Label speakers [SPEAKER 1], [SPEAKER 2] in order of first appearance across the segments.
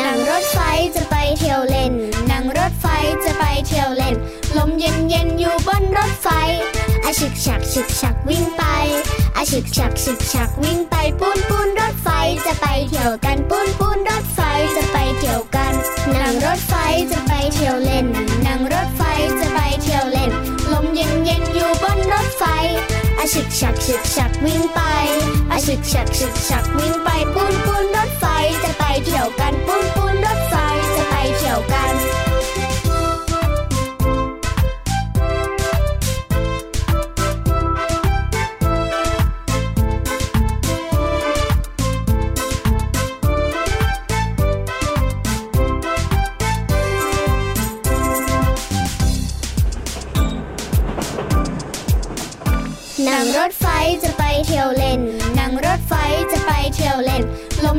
[SPEAKER 1] นั่งรถไฟจะไปเที่ยวเล่น นั่งรถไฟจะไปเที่ยวเล่น ลมเย็นเย็นๆอยู่บนรถไฟอาชึกฉักฉึกฉักวิ่งไปอาชึกฉักฉึกฉักวิ่งไปปูนปูนรถไฟจะไปเที่ยวกันปูนปูนรถไฟจะไปเที่ยวกัน นั่งรถไฟจะไปเที่ยวเล่น นั่งรถไฟจะไปเที่ยวเล่น ลมเย็นเย็นๆอยู่บนรถไฟอาชึกฉักฉึกฉักวิ่งไปอาชึกฉักฉึกฉักวิ่งไปปูนปูนรถไฟจะไปเที่ยวกันปูนปูนรถไฟจะไปเที่ยวกัน นั่งรถไฟจะไปเที่ยวเล่น นั่งรถไฟจะไปเที่ยวเล่น ลม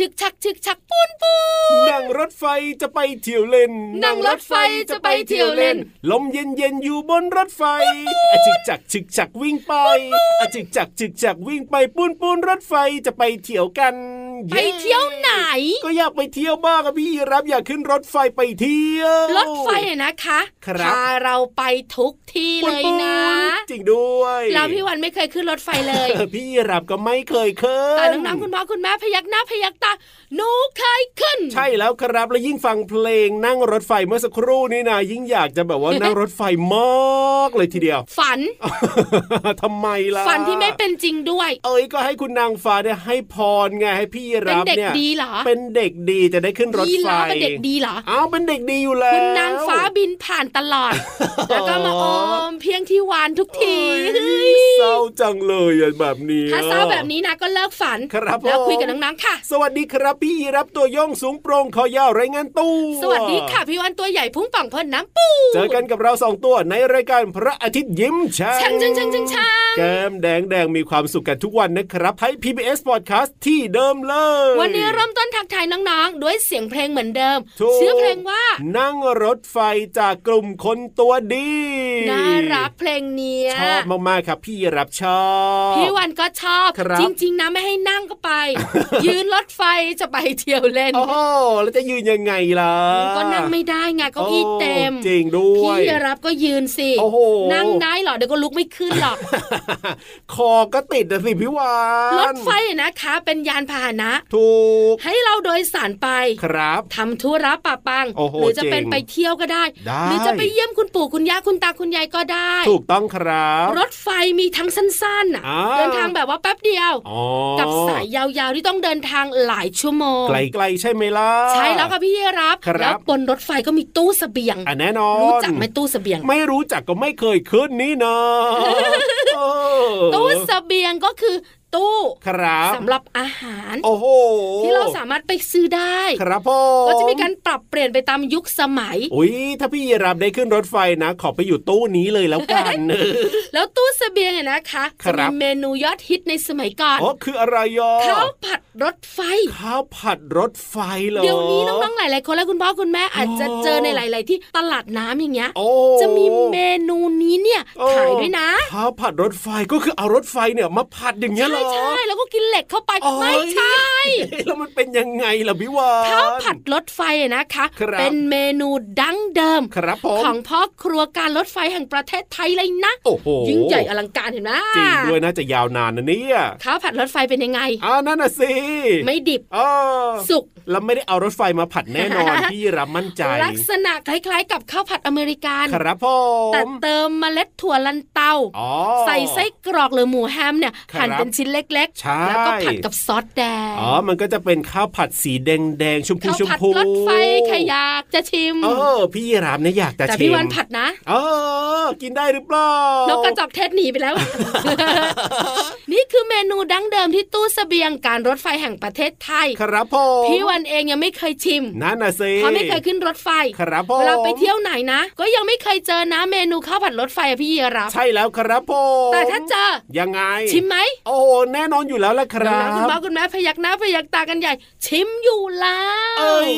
[SPEAKER 2] ชึกชักชึกชักปูนปูน
[SPEAKER 3] นั่งรถไฟจะไปเที่ยวเล่น
[SPEAKER 2] นั่งรถไฟจะไปเที่ยวเล่น
[SPEAKER 3] ลมเย็นเย็นๆอยู่บนรถไฟอะจึกจักจึกจักวิ่งไปอะจึกจักจึกจักวิ่งไปปูนปูนรถไฟจะไปเที่ยวกัน
[SPEAKER 2] ไปเที่ยวไหน
[SPEAKER 3] ก็อยากไปเที่ยวบ้างอะพี่รับอยากขึ้นรถไฟไปเที่ยว
[SPEAKER 2] รถไฟอะนะคะ
[SPEAKER 3] ครับ
[SPEAKER 2] พาเราไปทุกที่
[SPEAKER 3] ปู
[SPEAKER 2] เล
[SPEAKER 3] น
[SPEAKER 2] ย
[SPEAKER 3] ปูน
[SPEAKER 2] นะ
[SPEAKER 3] จริงด้วย
[SPEAKER 2] แล้วพี่วันไม่เคยขึ้นรถไฟเลย
[SPEAKER 3] เออพี่รับก็ไม่เคยขึ้น
[SPEAKER 2] แต่น้องๆคุณพ่อคุณแม่พยักหน้าพยักตาหนูเคยขึ้น
[SPEAKER 3] ใช่แล้วครับแล้วยิ่งฟังเพลงนั่งรถไฟเมื่อสักครู่นี่นะยิ่งอยากจะแบบว่านั่งรถไฟมากเลยทีเดียว
[SPEAKER 2] ฝัน
[SPEAKER 3] ทำไมล่ะ
[SPEAKER 2] ฝันที่ไม่เป็นจริงด้วย
[SPEAKER 3] เอ้ยก็ให้คุณนางฟ้าเนี่ยให้พรไงให้พี่
[SPEAKER 2] เป็
[SPEAKER 3] รั
[SPEAKER 2] น
[SPEAKER 3] บ
[SPEAKER 2] เด็ก
[SPEAKER 3] เนี่ย
[SPEAKER 2] ดีเหรอ
[SPEAKER 3] เป็นเด็กดีจะได้ขึ้นรถ
[SPEAKER 2] ดีเห
[SPEAKER 3] ไฟ
[SPEAKER 2] รอเป็นเด็กดีเหรอ
[SPEAKER 3] อ้าวเป็นเด็กดีอยู่แล้ว
[SPEAKER 2] คุณนางฟ้าบินผ่านตลอด แล้วก็มาออมเพียงที่วานทุกที
[SPEAKER 3] เอ้ยเศร้าจังเลยอ่ะแบบนี้
[SPEAKER 2] ถ้าเศร้าแบบนี้นะก็เลิกฝัน
[SPEAKER 3] ครับผม
[SPEAKER 2] แล้วคุยกับน้องๆค่ะ
[SPEAKER 3] สวัสดีครับพี่รับตัวโย่องสูงโปร่งคอยาวไรายงานตู้
[SPEAKER 2] สวัสดีค่ะพี่วันตัวใหญ่พุ่งป่องพ่นน้ำปู
[SPEAKER 3] เจอกันกับเราสองตัวในรายการพระอาทิตย์ยิ้มช่าง
[SPEAKER 2] ชังชังชังชังชัง
[SPEAKER 3] แก้มแดงแดงมีความสุขกันทุกวันนะครับไทย PBS Podcast ที่เดิมเลย
[SPEAKER 2] วันนี้เริ่มต้นทักทายน้องๆ ด้วยเสียงเพลงเหมือนเดิม
[SPEAKER 3] ถูก
[SPEAKER 2] ชื่อเพลงว่า
[SPEAKER 3] นั่งรถไฟจากกลุ่มคนตัวดี
[SPEAKER 2] น่ารักเพลงเนี้ย
[SPEAKER 3] ชอบมากๆครับพี่รับชอบ
[SPEAKER 2] พี่วันก็ชอบ
[SPEAKER 3] ครับ
[SPEAKER 2] จริงๆนะไม่ให้นั่งก็ไป ยืนรถไฟจะไปเที่ยวเล่น
[SPEAKER 3] โอ้โหแล้วจะยืนยังไงล่ะ
[SPEAKER 2] ก็นั่งไม่ได้ไงเก็พี่เต็ม
[SPEAKER 3] โอ้จริงด้วย
[SPEAKER 2] พี่รับก็ยืนสิ
[SPEAKER 3] โอ้โห
[SPEAKER 2] นั่งได้เหรอเดี๋ยวก็ลุกไม่ขึ้น หรอก
[SPEAKER 3] คอก็ติดนะสิพี่วาน
[SPEAKER 2] รถไฟนะคะ เป็นยานพาหนะ
[SPEAKER 3] ถูก
[SPEAKER 2] ให้เราโดยสารไป
[SPEAKER 3] ครับ
[SPEAKER 2] ทำธุระปะปัง
[SPEAKER 3] โอ้โห
[SPEAKER 2] หรือจะ
[SPEAKER 3] เจ๋ง
[SPEAKER 2] เป็นไปเที่ยวก็ได้
[SPEAKER 3] ได้
[SPEAKER 2] หรือจะไปเยี่ยมคุณปู่คุณย่าคุณตาคุณยายก็ได้
[SPEAKER 3] ถูกต้องครับ
[SPEAKER 2] รถไฟมีทั้งสั้นๆน่ะ
[SPEAKER 3] อ่า
[SPEAKER 2] เดินทางแบบว่าแป๊บเดียว
[SPEAKER 3] อ๋อ
[SPEAKER 2] กับสายยาวๆที่ต้องเดินทางหลายชั่วโมง
[SPEAKER 3] ไกลๆใช่ไหมล่ะ
[SPEAKER 2] ใช่แล้วค่ะพี่เยรับ
[SPEAKER 3] ครับ
[SPEAKER 2] แล้วบนรถไฟก็มีตู้เสบียง
[SPEAKER 3] อ่ะแน่นอน
[SPEAKER 2] รู้จักไหมตู้เสบียง
[SPEAKER 3] ไม่รู้จักก็ไม่เคยขึ้นนี่ นะเออ
[SPEAKER 2] ตู้เสบียงก็คือ ตู้
[SPEAKER 3] ครับ
[SPEAKER 2] สำหรับอาหาร
[SPEAKER 3] โอ้โห
[SPEAKER 2] ที่เราสามารถไปซื้อได้
[SPEAKER 3] ครับพ่อ
[SPEAKER 2] ก็จะมีการปรับเปลี่ยนไปตามยุคสมัย
[SPEAKER 3] อุ้ยถ้าพี่ยีรับได้ขึ้นรถไฟนะขอไปอยู่ตู้นี้เลยแล้วกัน
[SPEAKER 2] แล้วตู้เสบียงเนี่ยนะคะ
[SPEAKER 3] ค
[SPEAKER 2] จะ
[SPEAKER 3] รั
[SPEAKER 2] มี
[SPEAKER 3] บ
[SPEAKER 2] เมนูยอดฮิตในสมัยก่อน
[SPEAKER 3] อ๋อคืออะไรย่อ
[SPEAKER 2] ข้าวผัดรถไฟ
[SPEAKER 3] ข้าวผัดรถไฟเหรอ
[SPEAKER 2] เดี๋ยวนี้น้องๆหลายๆคนและคุณพ่อคุณแม่อาจจะ
[SPEAKER 3] อ๋อ
[SPEAKER 2] เจอในหลาย ๆ ที่ตลาดน้ำอย่างเงี้ย
[SPEAKER 3] โอ้
[SPEAKER 2] จะมีเมนูนี้เนี่ย
[SPEAKER 3] โอ้
[SPEAKER 2] ขายด้วยนะ
[SPEAKER 3] ข้าวผัดรถไฟก็คือเอารถไฟเนี่ยมาผัดอย่างเงี้ยเห เหรอ
[SPEAKER 2] ใช่แล้วก็กินเหล็กเข้าไป
[SPEAKER 3] อ๋อ
[SPEAKER 2] ไม่ใช่
[SPEAKER 3] เอ๊ะแล้วมันเป็นยังไงล่ะพี่วาน
[SPEAKER 2] ข้าวผัดรถไฟอะนะคะ
[SPEAKER 3] ครับ
[SPEAKER 2] เป็นเมนูดั้งเดิม
[SPEAKER 3] ครับผม
[SPEAKER 2] ของพ่อครัวการรถไฟแห่งประเทศไทยเลยนะ
[SPEAKER 3] โอ้โห
[SPEAKER 2] ยิ่งใหญ่อลังการเห็นไหม
[SPEAKER 3] จริงด้วยน่าจะยาวนานนะเนี่ย
[SPEAKER 2] ข้าวผัดรถไฟเป็นยังไง
[SPEAKER 3] อ่านั่นน่ะสิ
[SPEAKER 2] ไม่ดิบ
[SPEAKER 3] อ๋อ
[SPEAKER 2] สุก
[SPEAKER 3] แล้วไม่ได้เอารถไฟมาผัดแน่นอน พี่รับมั่นใจ
[SPEAKER 2] ลักษณะคล้ายๆ กับข้าวผัดอเมริกัน
[SPEAKER 3] ครับผ
[SPEAKER 2] แต่
[SPEAKER 3] ม
[SPEAKER 2] เติมเมล็ดถั่วลันเตา
[SPEAKER 3] อ๋อ
[SPEAKER 2] ใส่ไส้กรอกหรือหมูแฮมเนี่ย
[SPEAKER 3] ครับ
[SPEAKER 2] หั่นเป็นชิ้นเล็ก
[SPEAKER 3] ใช่
[SPEAKER 2] ๆ แล้วก็ผัดกับซอสแดง
[SPEAKER 3] อ๋อ มันก็จะเป็นข้าวผัดสีแดงแดงๆชมพู
[SPEAKER 2] ข้าว
[SPEAKER 3] ชม
[SPEAKER 2] ผัด
[SPEAKER 3] พู
[SPEAKER 2] รถไฟใครอยากจะชิม
[SPEAKER 3] เออพี่รามเนี่ยอยากจะ
[SPEAKER 2] แต่
[SPEAKER 3] ชิม
[SPEAKER 2] พี่วันผัดนะ
[SPEAKER 3] เออ กินได้หรือเปล่าน
[SPEAKER 2] กกระจอกเทศหนี ไปแล้ว นี่คือเมนูดั้งเดิมที่ตู้เสบียงการรถไฟแห่งประเทศไทย
[SPEAKER 3] ครับผม
[SPEAKER 2] พี่วันเองยังไม่เคยชิม
[SPEAKER 3] นั่นน่ะสิ
[SPEAKER 2] เพราะไม่เคยขึ้นรถไฟ
[SPEAKER 3] ครับผม
[SPEAKER 2] เวลาไปเที่ยวไหนนะ ก็ยังไม่เคยเจอนะเมนูข้าวผัดรถไฟอะพี่เยรับ
[SPEAKER 3] ใช่แล้วครับผม
[SPEAKER 2] แต่ถ้าเจอ
[SPEAKER 3] ยังไง
[SPEAKER 2] ชิมไหม
[SPEAKER 3] โอ้โหแน่นอนอยู่แล้วล่ะครั
[SPEAKER 2] น้องๆคุณพ่อบ คุณแม่พยักหน้าพยักตากันใหญ่ ชิมอยู่แล้ว
[SPEAKER 3] เอ้ย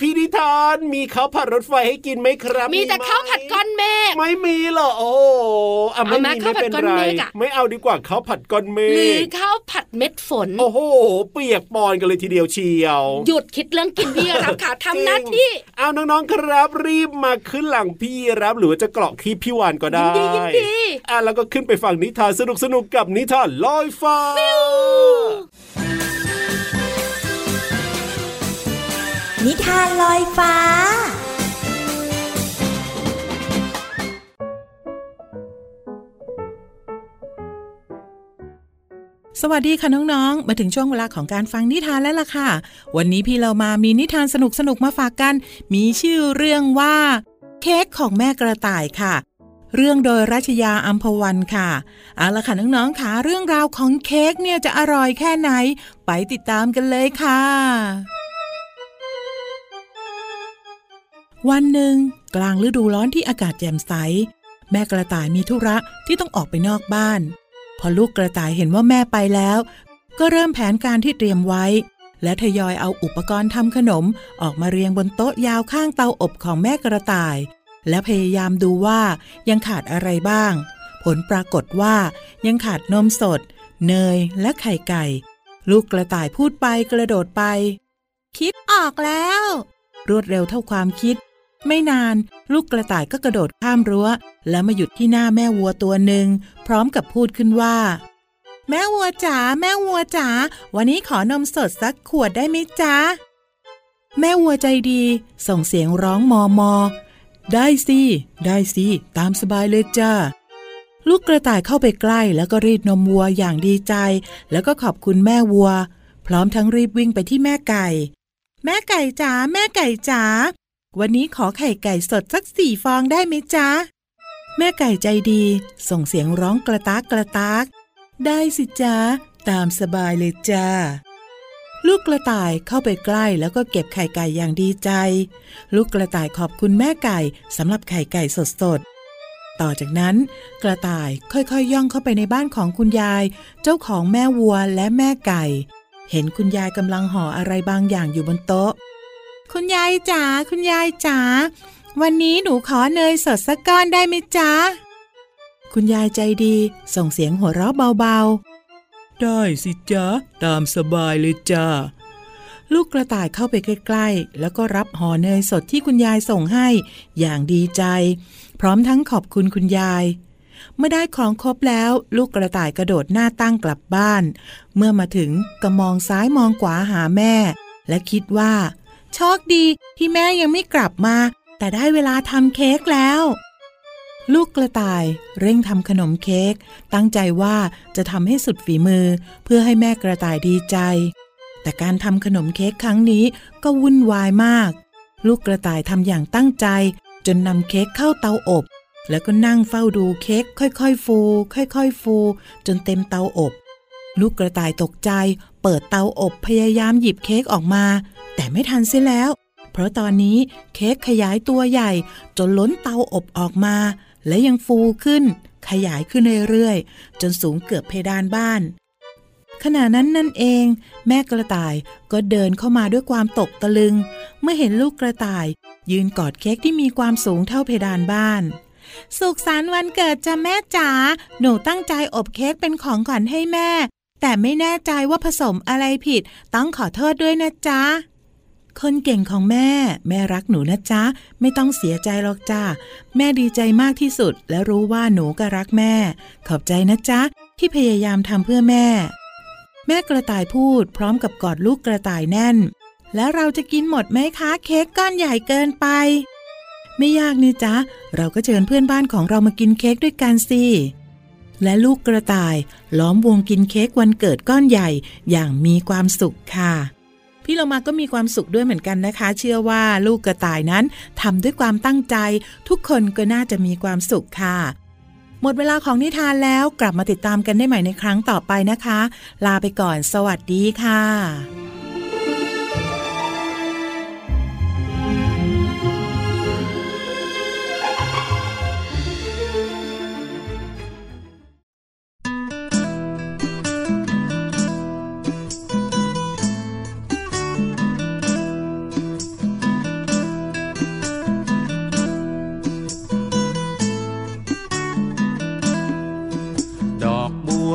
[SPEAKER 3] พี่นิทานมีข้าวผัดรถไฟให้กินไหมครับ
[SPEAKER 2] มีแต่
[SPEAKER 3] ไห
[SPEAKER 2] ข้าวผัดก้อนเมฆ
[SPEAKER 3] ไม่มีเหรอ โอ้โหอ่ะไม่
[SPEAKER 2] เอาไหม
[SPEAKER 3] มี
[SPEAKER 2] ข้าว
[SPEAKER 3] ไม่
[SPEAKER 2] ผัด
[SPEAKER 3] เป็น
[SPEAKER 2] ก้อน
[SPEAKER 3] ไร
[SPEAKER 2] เมฆอะ
[SPEAKER 3] ไม่เอาดีกว่าข้าวผัดก้อนเม
[SPEAKER 2] ห
[SPEAKER 3] ฆ
[SPEAKER 2] รือข้าวผัดเม็ดฝน
[SPEAKER 3] โอ้โห เปียกปอนกันเลยทีเดียวเชียว
[SPEAKER 2] หยุดคิดเรื่องกินพี่เยรับค่ะทำหน้า
[SPEAKER 3] จริง
[SPEAKER 2] ที่
[SPEAKER 3] เอาน้องๆครับ รีบมาขึ้นหลังพี่รับหรือว่าจะเกาะคลิปพี่วานก็ได้
[SPEAKER 2] ยินดียินดี
[SPEAKER 3] อ่ะแล้วก็ขึ้นไปฟังนิทานสนุกๆกับนิทานลอยฟ้า
[SPEAKER 4] นิทานลอยฟ้า
[SPEAKER 5] สวัสดีค่ะน้องๆ มาถึงช่วงเวลาของการฟังนิทานแล้วล่ะค่ะ วันนี้พี่เรามามีนิทานสนุกๆ มาฝากกัน มีชื่อเรื่องว่า เค้กของแม่กระต่ายค่ะ เรื่องโดยรัชยาอัมพวันค่ะ เอาละค่ะน้องๆค่ะเรื่องราวของเค้กเนี่ยจะอร่อยแค่ไหน ไปติดตามกันเลยค่ะ วันหนึ่งกลางฤดูร้อนที่อากาศแจ่มใส แม่กระต่ายมีธุระที่ต้องออกไปนอกบ้าน พอลูกกระต่ายเห็นว่าแม่ไปแล้ว ก็เริ่มแผนการที่เตรียมไว้ และทยอยเอาอุปกรณ์ทำขนมออกมาเรียงบนโต๊ะยาวข้างเตาอบของแม่กระต่าย และพยายามดูว่ายังขาดอะไรบ้าง ผลปรากฏว่ายังขาดนมสด เนยและไข่ไก่ ลูกกระต่ายพูดไปกระโดดไป คิดออกแล้ว รวดเร็วเท่าความคิด ไม่นาน ลูกกระต่ายก็กระโดดข้ามรั้ว และมาหยุดที่หน้าแม่วัวตัวหนึ่ง พร้อมกับพูดขึ้นว่า แม่วัวจ๋าแม่วัวจ๋าวันนี้ขอนมสดสักขวดได้ไหมจ๊ะ แม่วัวใจดี ส่งเสียงร้องมอมอ ได้สิ ได้สิ ตามสบายเลยจ้าลูกกระต่ายเข้าไปใกล้แล้วก็รีดนมวัวอย่างดีใจ แล้วก็ขอบคุณแม่วัว พร้อมทั้งรีบวิ่งไปที่แม่ไก่ แม่ไก่จ๋าแม่ไก่จ๋า วันนี้ขอไข่ไก่สดสักสี่ฟองได้ไหมจ๊ะ แม่ไก่ใจดี ส่งเสียงร้องกระตากกระตาก ได้สิจ๊ะ ตามสบายเลยจ้า ลูกกระต่ายเข้าไปใกล้แล้วก็เก็บไข่ไก่อย่างดีใจ ลูกกระต่ายขอบคุณแม่ไก่สำหรับไข่ไก่สดๆ ต่อจากนั้น กระต่ายค่อยๆย่องเข้าไปในบ้านของคุณยาย เจ้าของแม่วัวและแม่ไก่ เห็นคุณยายกำลังห่ออะไรบางอย่างอยู่บนโต๊ะ คุณยายจ๋าคุณยายจ๋าวันนี้หนูขอเนยสดสักก้อนได้ไหมจ๊ะ คุณยายใจดี ส่งเสียงหัวเราะเบาๆ ได้สิจ๊ะ ตามสบายเลยจ้าลูกกระต่ายเข้าไปใกล้ๆ แล้วก็รับห่อเนยสดที่คุณยายส่งให้ อย่างดีใจ พร้อมทั้งขอบคุณคุณยาย เมื่อได้ของครบแล้ว ลูกกระต่ายกระโดดหน้าตั้งกลับบ้าน เมื่อมาถึงก็มองซ้ายมองขวาหาแม่ และคิดว่า โชคดีที่แม่ยังไม่กลับมา แต่ได้เวลาทำเค้กแล้ว ลูกกระต่ายเร่งทำขนมเค้กตั้งใจว่าจะทำให้สุดฝีมือ เพื่อให้แม่กระต่ายดีใจ แต่การทำขนมเค้กครั้งนี้ก็วุ่นวายมาก ลูกกระต่ายทำอย่างตั้งใจ จนนำเค้กเข้าเตาอบ แล้วก็นั่งเฝ้าดูเค้กค่อยๆ ฟู ค่อย ๆ ฟู จนเต็มเตาอบ ลูกกระต่ายตกใจ เปิดเตาอบพยายามหยิบเค้กออกมา แต่ไม่ทันเสียแล้ว เพราะตอนนี้เค้กขยายตัวใหญ่ จนล้นเตาอบออกมา และยังฟูขึ้น ขยายขึ้นเรื่อยๆ จนสูงเกือบเพดานบ้าน ขณะนั้นนั่นเอง แม่กระต่ายก็เดินเข้ามาด้วยความตกตะลึง เมื่อเห็นลูกกระต่าย ยืนกอดเค้กที่มีความสูงเท่าเพดานบ้าน สุขสันต์วันเกิดจ้ะแม่จ๋าหนูตั้งใจอบเค้กเป็นของขวัญให้แม่ แต่ไม่แน่ใจว่าผสมอะไรผิด ต้องขอโทษด้วยนะจ๊ะ คนเก่งของแม่ แม่รักหนูนะจ๊ะ ไม่ต้องเสียใจหรอกจ้าแม่ดีใจมากที่สุด และรู้ว่าหนูก็รักแม่ ขอบใจนะจ๊ะ ที่พยายามทำเพื่อแม่ แม่กระต่ายพูด พร้อมกับกอดลูกกระต่ายแน่น แล้วเราจะกินหมดไหมคะ เค้กก้อนใหญ่เกินไป ไม่ยากนี่จ๊ะ เราก็เชิญเพื่อนบ้านของเรามากินเค้กด้วยกันสิ และลูกกระต่าย ล้อมวงกินเค้กวันเกิดก้อนใหญ่ อย่างมีความสุขค่ะ พี่โลมาก็มีความสุขด้วยเหมือนกันนะคะ เชื่อว่าลูกกระต่ายนั้นทำด้วยความตั้งใจ ทุกคนก็น่าจะมีความสุขค่ะ หมดเวลาของนิทานแล้วกลับมาติดตามกันได้ใหม่ในครั้งต่อไปนะคะ ลาไปก่อน สวัสดีค่ะ
[SPEAKER 6] ดอกบัว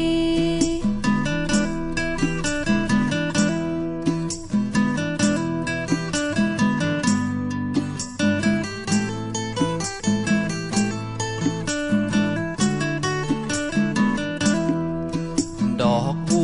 [SPEAKER 7] ดอกบั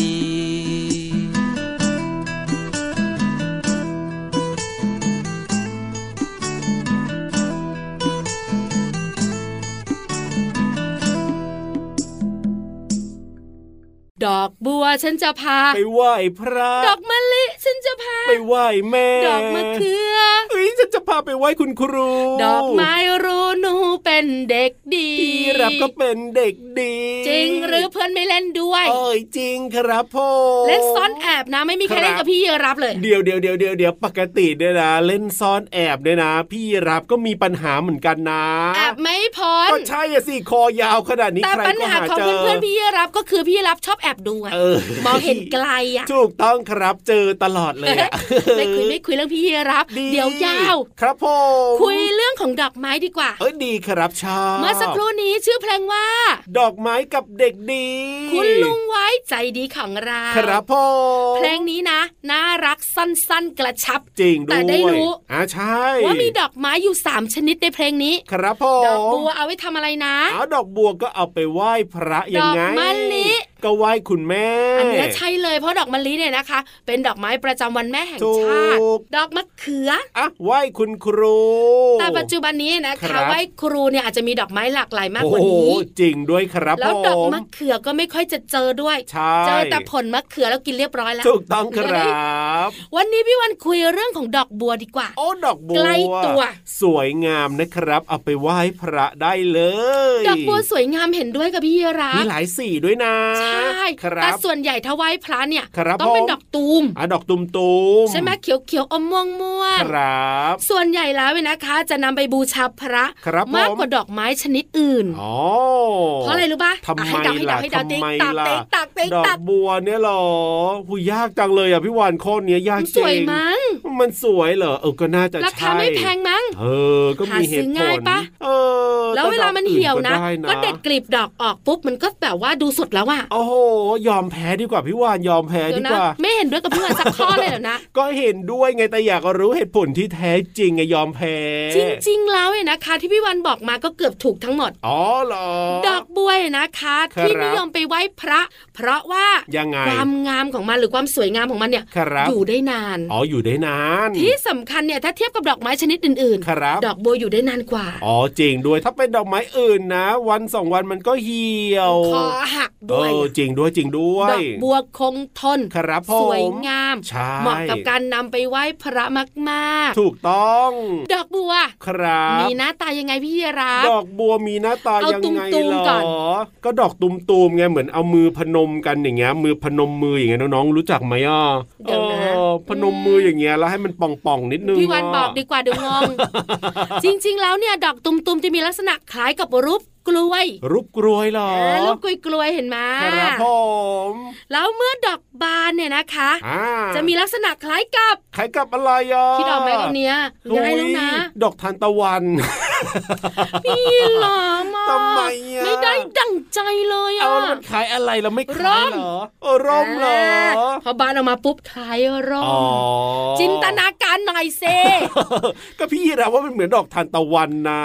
[SPEAKER 7] ดี
[SPEAKER 2] ดอกบัวฉันจะพา
[SPEAKER 3] ไปไหว้พระ
[SPEAKER 2] ดอกมะลิฉันจะพา
[SPEAKER 3] ไปไหว้แม่
[SPEAKER 2] ดอกมะเขือ
[SPEAKER 3] เอ้ยฉันจะพาไปไหว้คุณครู
[SPEAKER 2] ดอกไม้รู้หนูเป็นเด็กดี
[SPEAKER 3] พี่รับก็เป็นเด็กดี
[SPEAKER 2] จริงหรือเพื่อนไม่เล่นด้วย
[SPEAKER 3] เอ้ยจริงครับพ่อ
[SPEAKER 2] เล่นซ้อนแอบนะไม่มีใคร
[SPEAKER 3] ครับ
[SPEAKER 2] เล่นกับพี่เยรับเลย
[SPEAKER 3] เดี๋ยวเดี๋ยวเดี๋ยวเดี๋ยวเดี๋ยวปกติเนี่ยนะ เล่นซ่อนแอบเนี่ยนะ พี่รับก็มีปัญหาเหมือนกันนะ
[SPEAKER 2] แอบไม่พ้น
[SPEAKER 3] ก็ใช่อะสิคอยาวขนาดนี้
[SPEAKER 2] แต่
[SPEAKER 3] ใคร
[SPEAKER 2] ปัญ
[SPEAKER 3] ก็
[SPEAKER 2] หา
[SPEAKER 3] หา
[SPEAKER 2] ของ
[SPEAKER 3] เจอ
[SPEAKER 2] เพื่อนๆพี่เยรับก็คือพี่เยรับชอบแอบดูไง
[SPEAKER 3] เออ
[SPEAKER 2] มองเห็นไกลอ่ะ
[SPEAKER 3] ถูกต้องครับเจอตลอดเลยอะ
[SPEAKER 2] ไม่คุยไม่คุยเรื่องพี่เยรับ เดี๋ยวยาว
[SPEAKER 3] ครับผม
[SPEAKER 2] คุยเรื่องของดอกไม้ดีกว่า
[SPEAKER 3] เอ้ยดีครับชอบ
[SPEAKER 2] เมื่อสักครู่นี้ชื่อเพลงว่า
[SPEAKER 3] ดอกไม้กับเด็กดี
[SPEAKER 2] คุณลุงไว้ใจดีของเรา
[SPEAKER 3] ครับพ่อ
[SPEAKER 2] เพลงนี้นะ น่ารักสั้นๆกระชับ
[SPEAKER 3] จริงด้วย
[SPEAKER 2] แต่ได้รู้
[SPEAKER 3] อ่าใช่
[SPEAKER 2] ว่ามีดอกไม้อยู่ 3 ชนิดในเพลงนี้
[SPEAKER 3] ครับพ่อ
[SPEAKER 2] ดอกบัวเอาไว้ทำอะไรนะ
[SPEAKER 3] อ๋อดอกบัวก็เอาไปไหว้พระยังไง
[SPEAKER 2] ดอกมะลิ
[SPEAKER 3] ก็ไหว้คุณแม่
[SPEAKER 2] อันเนี้ยใช่เลยเพราะดอกมะลิเนี่ยนะคะ เป็นดอกไม้ประจำวันแม่แห่งชาติ
[SPEAKER 3] ถูก
[SPEAKER 2] ดอกมะเขือ
[SPEAKER 3] อ่ะไหว้คุณครู
[SPEAKER 2] แต่ปัจจุบันนี้นะ
[SPEAKER 3] ครั
[SPEAKER 2] คะ
[SPEAKER 3] บ
[SPEAKER 2] ไหว้ครูเนี่ยอาจจะมีดอกไม้หลากหลายมาก
[SPEAKER 3] โอ้
[SPEAKER 2] กว่า
[SPEAKER 3] โห
[SPEAKER 2] นี้
[SPEAKER 3] จริงด้วยครับ
[SPEAKER 2] แล้วดอก
[SPEAKER 3] ผม
[SPEAKER 2] มะเขือก็ไม่ค่อยจะเจอด้วย
[SPEAKER 3] ใช่
[SPEAKER 2] เจอแต่ผลมะเขือแล้วกินเรียบร้อยแล้ว
[SPEAKER 3] ถูกต้องครับ
[SPEAKER 2] วันนี้พี่วันคุยเรื่องของดอกบัวดีกว่า
[SPEAKER 3] โอ้ดอกบัว
[SPEAKER 2] ใกล้ตัว
[SPEAKER 3] สวยงามนะครับ เอาไปไหว้พระได้เลย
[SPEAKER 2] ดอกบัวสวยงามเห็นด้วยกับพี่รั
[SPEAKER 3] มี
[SPEAKER 2] ก
[SPEAKER 3] หลายสีด้วยนะ
[SPEAKER 2] ใช่
[SPEAKER 3] ครั
[SPEAKER 2] แต่
[SPEAKER 3] บ
[SPEAKER 2] ส่วนใหญ่ถ้าไหว้พระเนี่ย
[SPEAKER 3] ครับ
[SPEAKER 2] ต้องเป็น
[SPEAKER 3] ผม
[SPEAKER 2] ดอกตูม
[SPEAKER 3] อ่ะดอกตุมตูม
[SPEAKER 2] ใช่ไหมเขียวเขียวๆอมม่วงม่วงๆ
[SPEAKER 3] ครับ
[SPEAKER 2] ส่วนใหญ่แล้วเนี่ยนะคะ จะนำไปบูชาพระ
[SPEAKER 3] ครับผม
[SPEAKER 2] มากกว่าดอกไม้ชนิดอื่น
[SPEAKER 3] อ๋อ
[SPEAKER 2] เพราะอะไรรู้ป่ะ
[SPEAKER 3] ทำไม
[SPEAKER 2] อ่ะให้เดาให้เดา
[SPEAKER 3] ล่ะ
[SPEAKER 2] ให้เดา
[SPEAKER 3] ทำ
[SPEAKER 2] ติ๊ก
[SPEAKER 3] ไม
[SPEAKER 2] ตัก
[SPEAKER 3] ล่ะ
[SPEAKER 2] ติ๊กตักติ๊ก
[SPEAKER 3] ดอ
[SPEAKER 2] ตั
[SPEAKER 3] ก
[SPEAKER 2] ก
[SPEAKER 3] บัวเนี่ยเหรอหูยากจังเลยอ่ะพี่วานข้อเนี้ยยาก
[SPEAKER 2] มัน
[SPEAKER 3] จริง
[SPEAKER 2] สวยมั้ง
[SPEAKER 3] มันสวยเหรอเออก็น่าจะ
[SPEAKER 2] ราคา
[SPEAKER 3] ใช่
[SPEAKER 2] ไม่แพงมั้ง
[SPEAKER 3] เออ ก็มีเห
[SPEAKER 2] หาซื้
[SPEAKER 3] ตุ
[SPEAKER 2] อ
[SPEAKER 3] ผ
[SPEAKER 2] ง่าย
[SPEAKER 3] ล
[SPEAKER 2] ปะ
[SPEAKER 3] เออ
[SPEAKER 2] แล้วเวลามันเหี่ยวนะ
[SPEAKER 3] ได้
[SPEAKER 2] ก็เด็ดกลีบดอกออกปุ๊บมันก็แบบว่าดูสดแล้วอะ
[SPEAKER 3] โอ้โหยอมแพ้ดีกว่าพี่วานยอมแพ้
[SPEAKER 2] เดี๋ยว
[SPEAKER 3] ดีก
[SPEAKER 2] นะ
[SPEAKER 3] ว่า
[SPEAKER 2] ไม่ เห็นด้วยกับพี่วันสักข้อเลยเหรอ นะ
[SPEAKER 3] ก็เห็นด้วยไงแต่อยากรู้เหตุผลที่แท้จริงไงยอมแพ้
[SPEAKER 2] จริง ๆ แล้วเนี่ยนะคะ ที่พี่วันบอกมาก็เกือบถูกทั้งหมด
[SPEAKER 3] อ๋อเหรอ
[SPEAKER 2] ดอกบัวเนี่ยนะคะ
[SPEAKER 3] ครับ
[SPEAKER 2] ที่นิยมไปไหว้พระ เพราะว่า
[SPEAKER 3] ยังไง
[SPEAKER 2] ความงามของมันหรือความสวยงามของมันเนี่ย
[SPEAKER 3] ครับ
[SPEAKER 2] อยู่ได้นาน
[SPEAKER 3] อ๋ออยู่ได้นาน
[SPEAKER 2] ที่สำคัญเนี่ยถ้าเทียบกับดอกไม้ชนิดอื่น
[SPEAKER 3] ครับ
[SPEAKER 2] ดอกบัวอยู่ได้นานกว่า
[SPEAKER 3] อ๋อจริงด้วยถ้าเป็นดอกไม้อื่นนะ วันสองวันมันก็เหี่ยว
[SPEAKER 2] คอหัก
[SPEAKER 3] เอ
[SPEAKER 2] ด้วย
[SPEAKER 3] อจริงด้วยจริงด้ว
[SPEAKER 2] ด
[SPEAKER 3] ย
[SPEAKER 2] อกบัวคงทน
[SPEAKER 3] ครับผม
[SPEAKER 2] สวยงาม
[SPEAKER 3] ใช่
[SPEAKER 2] เหมาะกับการนำไปไหว้พระมาก
[SPEAKER 3] ถูกต้อง
[SPEAKER 2] ๆ ดอกบัว
[SPEAKER 3] ครับ
[SPEAKER 2] มีหน้าตายังไงพี่ยีราฟ
[SPEAKER 3] ดอกบัวมีหน้าตา
[SPEAKER 2] เอา
[SPEAKER 3] ยัง
[SPEAKER 2] ตุ่
[SPEAKER 3] ไง
[SPEAKER 2] มๆ
[SPEAKER 3] เหร
[SPEAKER 2] ก่อน
[SPEAKER 3] อ ก็ดอกตุมตูมๆไงเหมือนเอามือพนมกันอย่างเงี้ย มือพนมมืออย่างเงี้ยน้องๆรู้จักไหมอ่ะ
[SPEAKER 2] เดี๋ยวนะ
[SPEAKER 3] ออพนมมืออย่างเงี้ยแล้วให้มันป่องๆนิดนึง
[SPEAKER 2] พี่วันบอกดี
[SPEAKER 3] ะ
[SPEAKER 2] กว่าเดี๋ยวงง จริงๆ แล้วเนี่ยดอกตุมๆจะมีลักษณะคล้ายกับรูปกล้วย
[SPEAKER 3] รูปกรวยเหรอ
[SPEAKER 2] อ่ารูปกล้วยกลวยๆเห็นไหม
[SPEAKER 3] ครับผม
[SPEAKER 2] แล้วเมื่อดอกบานเนี่ยนะคะ
[SPEAKER 3] อ่า
[SPEAKER 2] จะมีลักษณะคล้ายกับ
[SPEAKER 3] ใครกับอะไรอ่ะ
[SPEAKER 2] ที่ดอกไม้แบบเนี้ยง่ายแล้วนะ
[SPEAKER 3] โอ้ยดอกทานตะวัน
[SPEAKER 2] พี่หลอมอ่ะ
[SPEAKER 3] ทำไมอ่ะ
[SPEAKER 2] ไม่ได้ดั่งใจเลยอ่ะ
[SPEAKER 3] เอาแล้วมันขายอะไรเราไม่
[SPEAKER 2] ร่
[SPEAKER 3] ขาย
[SPEAKER 2] ม
[SPEAKER 3] เหรอเออร่มเหรอ
[SPEAKER 2] อ่าพอบานออกมาปุ๊บคล้ายร่
[SPEAKER 3] อ๋อ
[SPEAKER 2] มจินตนาการหน่อยเซ
[SPEAKER 3] ก็พี่เราว่ามันเหมือนดอกทานตะวันนะ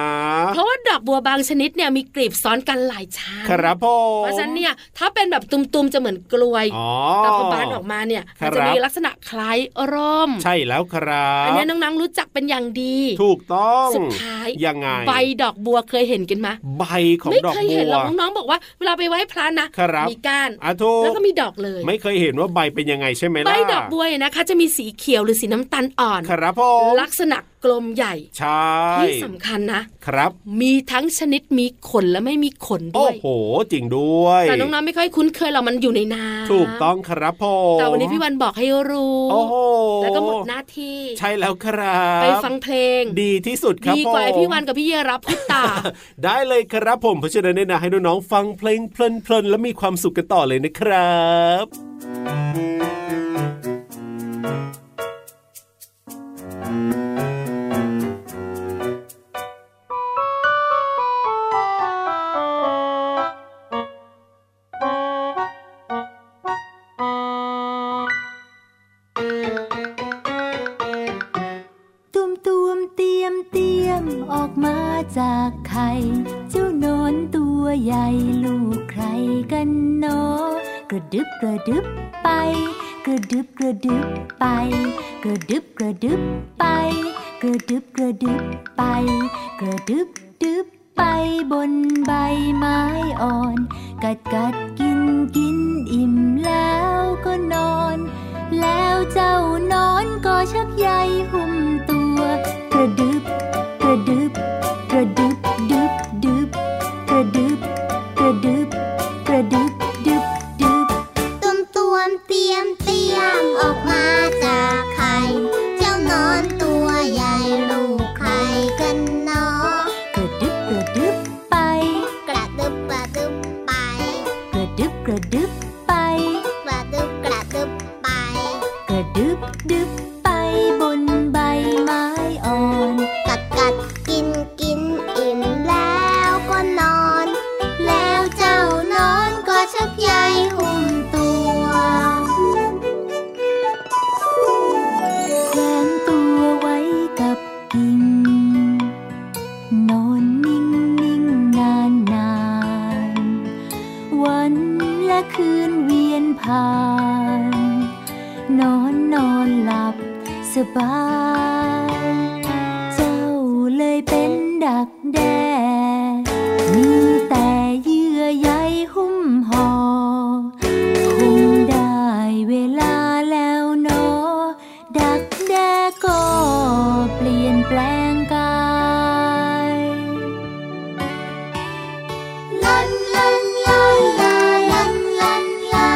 [SPEAKER 2] เพราะว่าดอกบัวบางชนิดเนี่ยมีกลีบซ้อนกันหลายชั้น
[SPEAKER 3] ครับผม
[SPEAKER 2] เพราะฉะนั้นเนี่ยถ้าเป็นแบบตุมๆจะเหมือนกลวย
[SPEAKER 3] อ๋อ
[SPEAKER 2] แต่พอบานออกมาเนี่ย
[SPEAKER 3] ค
[SPEAKER 2] มั
[SPEAKER 3] รับ
[SPEAKER 2] นจะมีลักษณะคล้ายร่ม
[SPEAKER 3] ใช่แล้วครับ
[SPEAKER 2] อันเนี้ยน้องๆรู้จักเป็นอย่างดี
[SPEAKER 3] ถูกต้อง
[SPEAKER 2] สุดท้าย
[SPEAKER 3] ยังไง
[SPEAKER 2] ใบดอกบัวเคยเห็นกันไหม
[SPEAKER 3] ใบของ
[SPEAKER 2] ไม่
[SPEAKER 3] ดอก
[SPEAKER 2] เคย
[SPEAKER 3] บั
[SPEAKER 2] เห็น
[SPEAKER 3] ว
[SPEAKER 2] หรอกน้องๆบอกว่าเวลาไปไหว้พระนะครับ มีก้าน
[SPEAKER 3] อ่ะถู
[SPEAKER 2] แล้ว
[SPEAKER 3] ก
[SPEAKER 2] ก็มีดอกเลย
[SPEAKER 3] ไม่เคยเห็นว่าใบเป็นยังไงใช่ไหม
[SPEAKER 2] ใบ
[SPEAKER 3] ล่ะ
[SPEAKER 2] ดอกบัวเนี่ยนะคะ จะมีสีเขียวหรือสีน้ำตาลอ่อน
[SPEAKER 3] ครับผม
[SPEAKER 2] ลักษณะกลมใหญ่
[SPEAKER 3] ใช่
[SPEAKER 2] ที่สำคัญนะ
[SPEAKER 3] ครับ
[SPEAKER 2] มีทั้งชนิดมีขนและไม่มีขนด้
[SPEAKER 3] โอ้
[SPEAKER 2] วย
[SPEAKER 3] โหจริงด้วย
[SPEAKER 2] แต่น้องๆไม่ค่อยคุ้นเคยหรอกมันอยู่ในน้ำ
[SPEAKER 3] ถูกต้องครับผม
[SPEAKER 2] แต่วันนี้พี่วันบอกให้รู้
[SPEAKER 3] โอ้โห
[SPEAKER 2] แล้วก็หมดหน้าที่
[SPEAKER 3] ใช่แล้วครับ
[SPEAKER 2] ไปฟังเพลง
[SPEAKER 3] ดีที่สุดครับ
[SPEAKER 2] ดีกว่า
[SPEAKER 3] ผม
[SPEAKER 2] ให้พี่วันกับพี่เยรับพูดต่ อ
[SPEAKER 3] ได้เลยครับผมเพราะฉะนั้นเนี่ยนะให้น้องๆฟังเพลงเพลินๆและมีความสุขกันต่อเลยนะครับ
[SPEAKER 1] ตุมตุมเตรียมเตรียมออกมาจากไข่ เจ้าหนอนตัวใหญ่ลูกใครกันเนอกระดึบกระดึบไป กระดึบกระดึบไป กระดึบกระดึบไป กระดึบกระดึบไป กระดึบดึบไปบนใบไม้อ่อน กัดกัดกินกินอิ่มแล้วก็นอน แล้วเจ้านอนก็ชักใยหุ้มตัว กระดึบ กระดึบ กระดึบดึบดึบกระดึบ กระดึบ กระดึบดึบดึบ
[SPEAKER 8] ตุ่มตวมเตรียมเตรียมออกมาจากไข่เจ้านอนตัวใหญ่ลูกไข่กันเนาะ
[SPEAKER 1] กระดึบกระดึบไป
[SPEAKER 8] กระดึบกระดึบไป
[SPEAKER 1] กระดึบกระดึบไป
[SPEAKER 8] กระดึบกระดึบไป
[SPEAKER 1] กระดึบดึบไปบนใบไม้อ่อน
[SPEAKER 8] กัดกัดกินกินอิ่มแล้วก็นอน แล้วเจ้านอนก็ชักใยหุ้มตัว
[SPEAKER 1] แขวนตัวไว้กับกิ่ง นอนนิ่งนิ่งนานนานวันและคืนเวียนผ่าน นอนนอนหลับสบาย เจ้าเลยเป็นดักแด้ มีแต่เยื่อใยหุ้มห่อ คงได้เวลาแล้วเนอ ดักแด้ก็เปลี่ยนแปลงกาย
[SPEAKER 8] ลันลันลาลาลันลันลา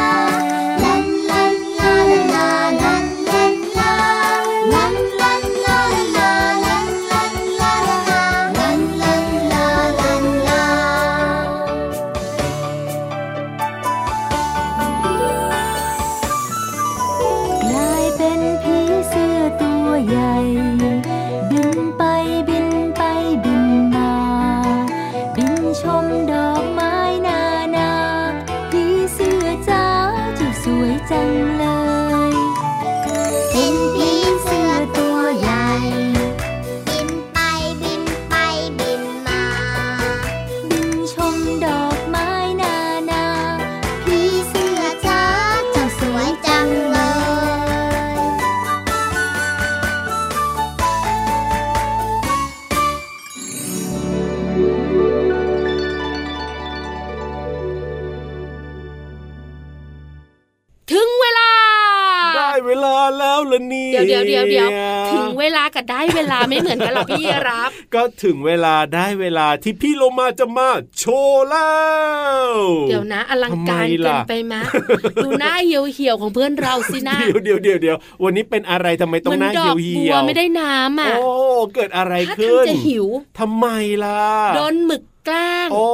[SPEAKER 8] ลันลันลาลาลันลันลาลันลันลาลาลันลันลาลันลันลาลันลา
[SPEAKER 1] กลายเป็นผีเสื้อตัวใหญ่ บินไปบินไปบินมา บินชมดอกไม้นานาผีเสื้อจ้าเจ้าสวยจังเลย
[SPEAKER 3] เวลาแล้วล่ะนี่
[SPEAKER 2] เดี๋ยวเดี๋ยวเดี๋ยวเดี๋ยวถึงเวลากับได้เวลาไม่เหมือนกันหรอกพี่รับ
[SPEAKER 3] ก็ถึงเวลาได้เวลาที่พี่โลมาจะมาโชว์แล้ว
[SPEAKER 2] เดี๋ยวนะอลังการ
[SPEAKER 3] ทำไม
[SPEAKER 2] เกิ
[SPEAKER 3] ล่ะ
[SPEAKER 2] นไปมะ ดูหน้าเหี่ยวเหี่ยวๆของเพื่อนเราสินะ
[SPEAKER 3] เดี๋ยวเดี๋ยวเดี๋ยวเดี๋ยววันนี้เป็นอะไรทำไมต้อ
[SPEAKER 2] มั
[SPEAKER 3] งหน้า
[SPEAKER 2] ด
[SPEAKER 3] เหี่
[SPEAKER 2] อย ก
[SPEAKER 3] ว
[SPEAKER 2] บั
[SPEAKER 3] เหี่ยว
[SPEAKER 2] ไม่ได้น้ำอ่ะ
[SPEAKER 3] โอ้เกิดอะไร
[SPEAKER 2] ถ้า
[SPEAKER 3] ขึ้น
[SPEAKER 2] ทำจะหิว
[SPEAKER 3] ทำไมล่ะ
[SPEAKER 2] โดนหมึกแกล้ง
[SPEAKER 3] โอ้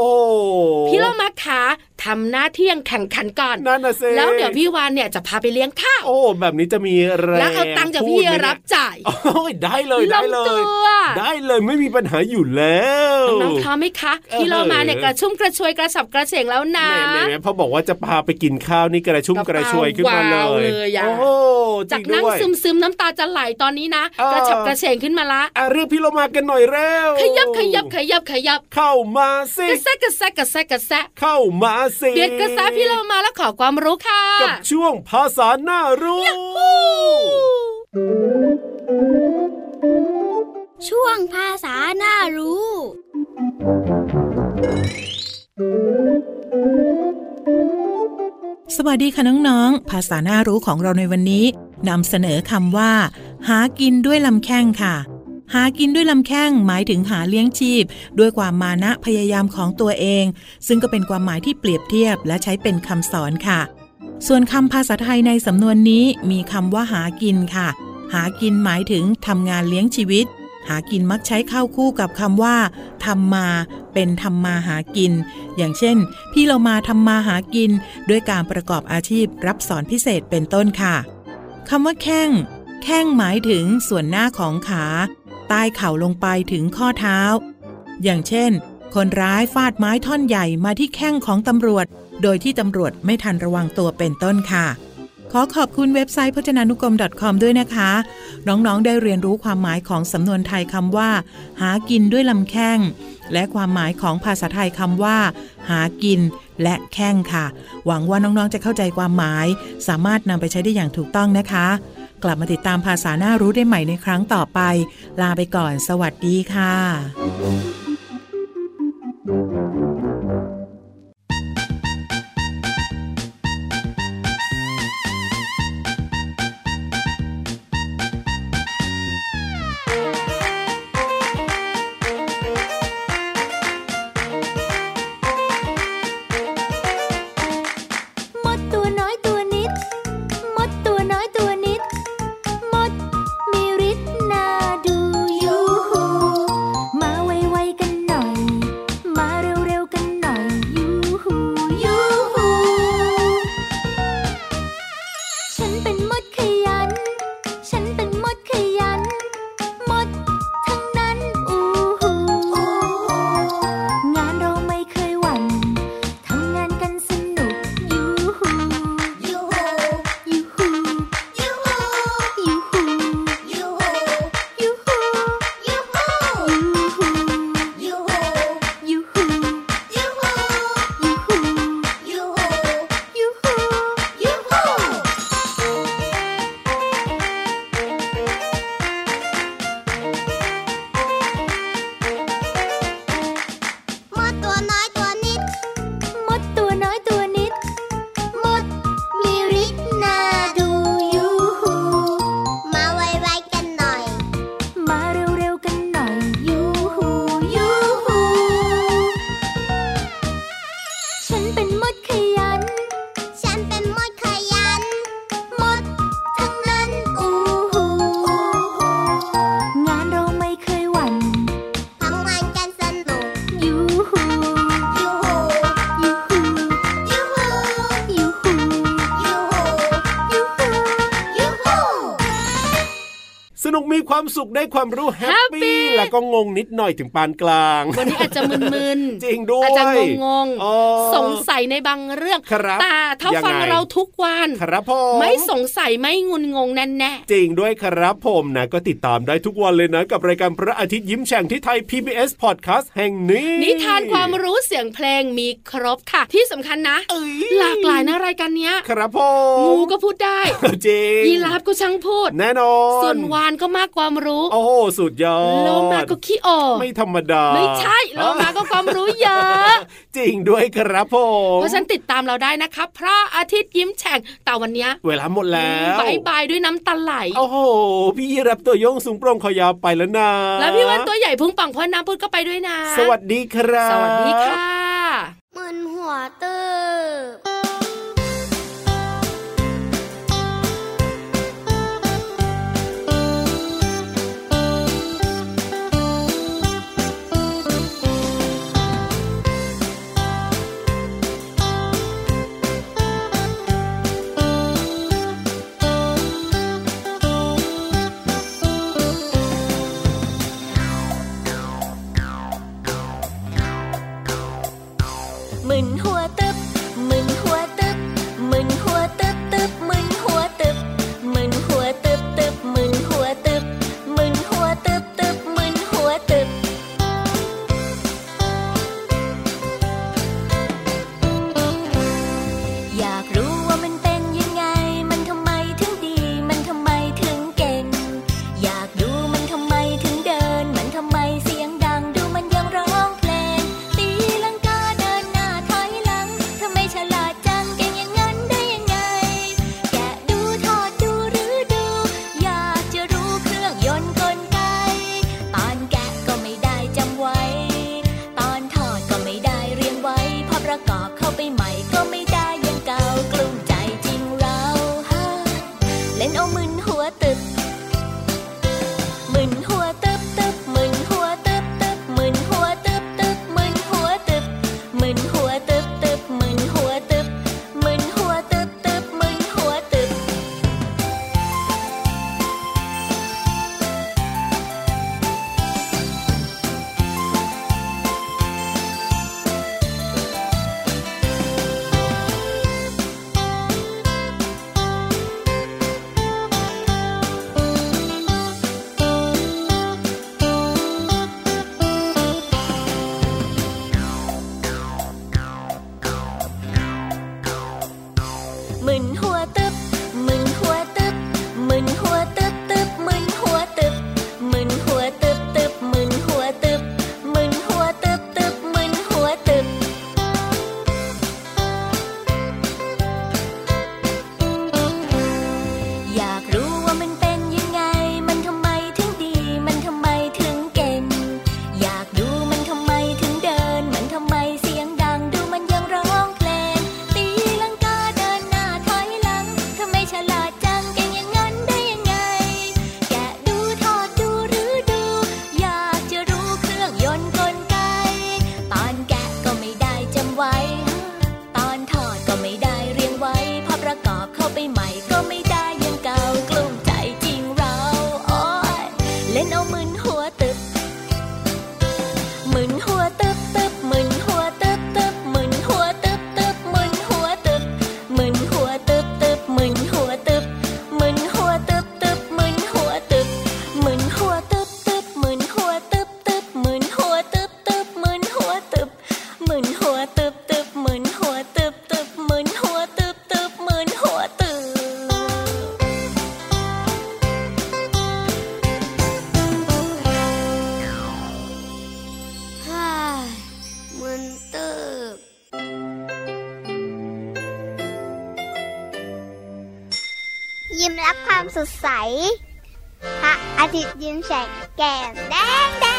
[SPEAKER 2] พี่เรามาขาทำหน้าเที่ยงแข่งขันก่อน
[SPEAKER 3] นั่นน่ะเซ
[SPEAKER 2] แล้วเดี๋ยวพี่วานเนี่ยจะพาไปเลี้ยงข้าว
[SPEAKER 3] โอ้แบบนี้จะมีแรง
[SPEAKER 2] แล้วเอาตังค์จาก
[SPEAKER 3] พู
[SPEAKER 2] พี่
[SPEAKER 3] ดไหม
[SPEAKER 2] รับ
[SPEAKER 3] เนี่ย
[SPEAKER 2] จ่าย
[SPEAKER 3] โอ้ยได้เลยได้เล
[SPEAKER 2] งตั
[SPEAKER 3] ย
[SPEAKER 2] ว
[SPEAKER 3] ได้เลยไม่มีปัญหาอยู่แล้ว
[SPEAKER 2] น้องๆพร้อมไหมคะ
[SPEAKER 3] เออ
[SPEAKER 2] พี่เรามาเนี่ยกระชุ่มกระชวยกระสับกระเฉงแล้วนะ
[SPEAKER 3] แหม่แหม่พอบอกว่าจะพาไปกินข้าวนี่กระชุ่มก
[SPEAKER 2] ก
[SPEAKER 3] ระ
[SPEAKER 2] ระ
[SPEAKER 3] ช
[SPEAKER 2] เป๋า
[SPEAKER 3] วยขึ้นมาว
[SPEAKER 2] าว
[SPEAKER 3] เลย
[SPEAKER 2] เลยอะ
[SPEAKER 3] โอ้โหจ
[SPEAKER 2] จา
[SPEAKER 3] ริ
[SPEAKER 2] ก
[SPEAKER 3] ง
[SPEAKER 2] นั่ง
[SPEAKER 3] ด้วย
[SPEAKER 2] ซึมซึมๆน้ำตาจะไหลตอนนี้นะ
[SPEAKER 3] เออ
[SPEAKER 2] กระฉับกระเฉงขึ้นมาละ
[SPEAKER 3] อ่ะเรียกพี่เรามากันหน่อยเร็ว
[SPEAKER 2] ขยับขยับขยับขยับ
[SPEAKER 3] เข้ามาสิ
[SPEAKER 2] กระแซะกระแซะกระแซะกระแซะ
[SPEAKER 3] เข้ามาสิ
[SPEAKER 2] เบียดกระแซะพี่เรามาแล้วขอความรู้ค่ะ
[SPEAKER 3] กับช่วงภาษาหน้ารู้
[SPEAKER 8] ช่วงภาษาหน้ารู้
[SPEAKER 5] สวัสดีค่ะน้องๆ ภาษาหน้ารู้ของเราในวันนี้นำเสนอคำว่า หากินด้วยลำแข้งค่ะ หากินด้วยลำแข้งหมายถึงหาเลี้ยงชีพ ด้วยความมานะพยายามของตัวเอง ซึ่งก็เป็นความหมายที่เปรียบเทียบและใช้เป็นคำสอนค่ะ ส่วนคำภาษาไทยในสำนวนนี้มีคำว่าหากินค่ะ หากินหมายถึงทำงานเลี้ยงชีวิต หากินมักใช้เข้าคู่กับคำว่าทำมา เป็นทำมาหากิน อย่างเช่น พี่เรามาทำมาหากิน ด้วยการประกอบอาชีพรับสอนพิเศษเป็นต้นค่ะคำว่าแข้ง แข้งหมายถึงส่วนหน้าของขา ใต้เข่าลงไปถึงข้อเท้า อย่างเช่น คนร้ายฟาดไม้ท่อนใหญ่มาที่แข้งของตำรวจ โดยที่ตำรวจไม่ทันระวังตัวเป็นต้นค่ะ ขอขอบคุณเว็บไซต์พจนานุกรม .com ด้วยนะคะ น้องๆ ได้เรียนรู้ความหมายของสำนวนไทยคำว่า หากินด้วยลำแข้ง และความหมายของภาษาไทยคำว่า หากิน และแข้งค่ะ หวังว่าน้องๆ จะเข้าใจความหมาย สามารถนำไปใช้ได้อย่างถูกต้องนะคะ กลับมาติดตามภาษาหน้ารู้ได้ใหม่ในครั้งต่อไป ลาไปก่อน สวัสดีค่ะ
[SPEAKER 1] มดตัวน้อยตัวนิด มดตัวน้อยตัวนิด มดมีฤทธิ์น่าดูยูหูมาไวๆกันหน่อย มาเร็วๆกันหน่อยยูหูยูหูฉันเป็นมดขยัน ฉันเป็นมดขยัน มดทั้งนั้นอูหูงานเราไม่เคยหวั่น ทำงานกันสนุก ยูหู ยูหู ยูหู ยูหู ยูหู ยูหู ยูหู ยูหู ยูหู ยูหู ยูหู ยูหู ยูหู ยูหู ยูหู มดตัวน้อยตัวนิด มดตัวน้อยตัวนิด มดมีฤทธิ์น่าดูยูหู มาไวๆกันหน่อย มาเร็วๆกันหน่อยยูหูยูหู ฉันเป็นมดขยัน ฉันเป็นมดขยัน มดทั้งนั้นอูหู งานเราไม่เคยหวั่น ทำงานกันสนุกยูหูยูหูยูหูยูหูยูหูยูหูยูหูยูหู
[SPEAKER 3] สนุกมีความสุขได้ความรู้แฮป
[SPEAKER 2] Happy
[SPEAKER 3] ปี้แล้วก็งงนิดหน่อยถึงปานกลาง
[SPEAKER 2] วันนี้อาจจะมึน
[SPEAKER 3] จริงด้วย
[SPEAKER 2] อาจจะงง
[SPEAKER 3] อ๋อ
[SPEAKER 2] ๆสงสัยในบางเรื่อง
[SPEAKER 3] ครับ
[SPEAKER 2] แต่ถ้า
[SPEAKER 3] ยังไง
[SPEAKER 2] ฟังเราทุกวัน
[SPEAKER 3] ครับผม
[SPEAKER 2] ไม่สงสัยไม่งุนงงแน่แน่
[SPEAKER 3] จริงด้วยครับผมนะก็ติดตามได้ทุกวันเลยนะ กับรายการพระอาทิตย์ยิ้มแฉ่งที่ไทย PBS Podcast แห่งนี้
[SPEAKER 2] ๆนิทานความรู้เสียงเพลงมีครบค่ะ ที่สำคัญนะ
[SPEAKER 3] เอ้ย
[SPEAKER 2] หลากหลายนะรายการเนี้ย
[SPEAKER 3] ครับผ
[SPEAKER 2] งู
[SPEAKER 3] ม
[SPEAKER 2] ก็พูดได้
[SPEAKER 3] จริง
[SPEAKER 2] ยีราฟก็ช่างพูด
[SPEAKER 3] แน่นอน
[SPEAKER 2] ส่วนวานก็ ก็มากความรู้
[SPEAKER 3] โอ้โหสุดยอด
[SPEAKER 2] โลมาก็ขี้อ่อน
[SPEAKER 3] ไม่ธรรมดา
[SPEAKER 2] ไม่ใช่โลมาก็ความรู้เยอะ
[SPEAKER 3] จริงด้วยครับผม
[SPEAKER 2] เพราะฉะนันติดตามเราได้นะครับพระอาทิตย์ยิ้มแฉ่งแต่วันเนี้ย
[SPEAKER 3] เวลาหมดแล้ว
[SPEAKER 2] บายบายด้วยน้ำตาไหล
[SPEAKER 3] โอ้โห พี่รับตัวโยงสูงโปร่งคอยาวไปแล้วนะ
[SPEAKER 2] แล้วพี่วันตัวใหญ่พุงปังพอน้ำพุดก็ไปด้วยนะ
[SPEAKER 3] สวัสดีครับ
[SPEAKER 2] สวัสดีค่ะ
[SPEAKER 9] มึนหัวตืบ
[SPEAKER 1] มึนหัวตึบมึนหัวตึบมึนหัวตึบตึบมึนหัวตึบมึนหัวตึบตึบมึนหัวตึบมึนหัวตึบตึบมึนหัวตึบ อยากรู้ว่ามันเป็นยังไง มันทำไมถึงดี มันทำไมถึงเก่ง อยากดูมันทำไมถึงเดิน มันทำไมเสียงดัง ดูมันยังร้องเพลง ตีลังกาเดินหน้าถอยหลัง ทำไมฉลาดจัง เก่งอย่างนั้นได้ยังไง แกะดูถอดดูหรือดู อยากจะรู้เครื่องยนต์กลไก ตอนแกะก็ไม่ได้จำไว้ ตอนถอดก็ไม่ได้เรียงไว้ พอประกอบเข้าไปใหม่ก็ไม่ได้อยังเก่ากลุ้มใจจริงเราฮะเล่นเอามึนหัวตึบ มึนหัวตึบตึบมึนหัวตึบตึบมึนหัวตึบตึบมึนหัวตึบมึนหัวตึบตึบมึนหัวตึบมึนหัวตึบตึบมึนหัวตึบ มึนหัวตึบมึนหัวตึบมึนหัวตึบตึบมึนหัวตึบมึนหัวตึบตึบมึนหัวตึบมึนหัวตึบตึบมึนหัวตึบ อยากรู้ว่ามันเป็นยังไง มันทำไมถึงดี มันทำไมถึงเก่ง อยากดูมันทำไมถึงเดิน มันทำไมเสียงดัง ดูมันยังร้องเพลง ตีลังกาเดินหน้าถอยหลัง ทำไมฉลาดจัง เก่งอย่างนั้นได้ยังไง แกะดูถอดดูหรือดู อยากจะรู้เครื่องยนต์กลไก ตอนแกะก็ไม่ได้จำไว้ ตอนถอดก็ไม่ได้เรียงไว้ พอประกอบเข้าไปใหม่ก็ไม่ได้อยังเก่ากลุ้มใจจริงเราโอ้ยเล่นเอามึนหัวตึบ มึนหัวตึบตึบมึนหัวตึบตึบมึนหัวตึบตึบมึนหัวตึบมึนหัวตึบตึบมึนหัวตึบมึนหัวตึบตึบมึนหัวตึบมึนหัวตึบตึบมึนหัวตึบตึบมึนหัวตึบตึบมึนหัวตึบมึนหัวตึบตึบมึนหัวตึบตึบมึนหัวตึบตึบมึนหัวตึบ
[SPEAKER 9] ฮ่ามึนตืบ ยิ้มรับความสดใส พระอาทิตย์ยิ้มแฉกแก้มแดงแด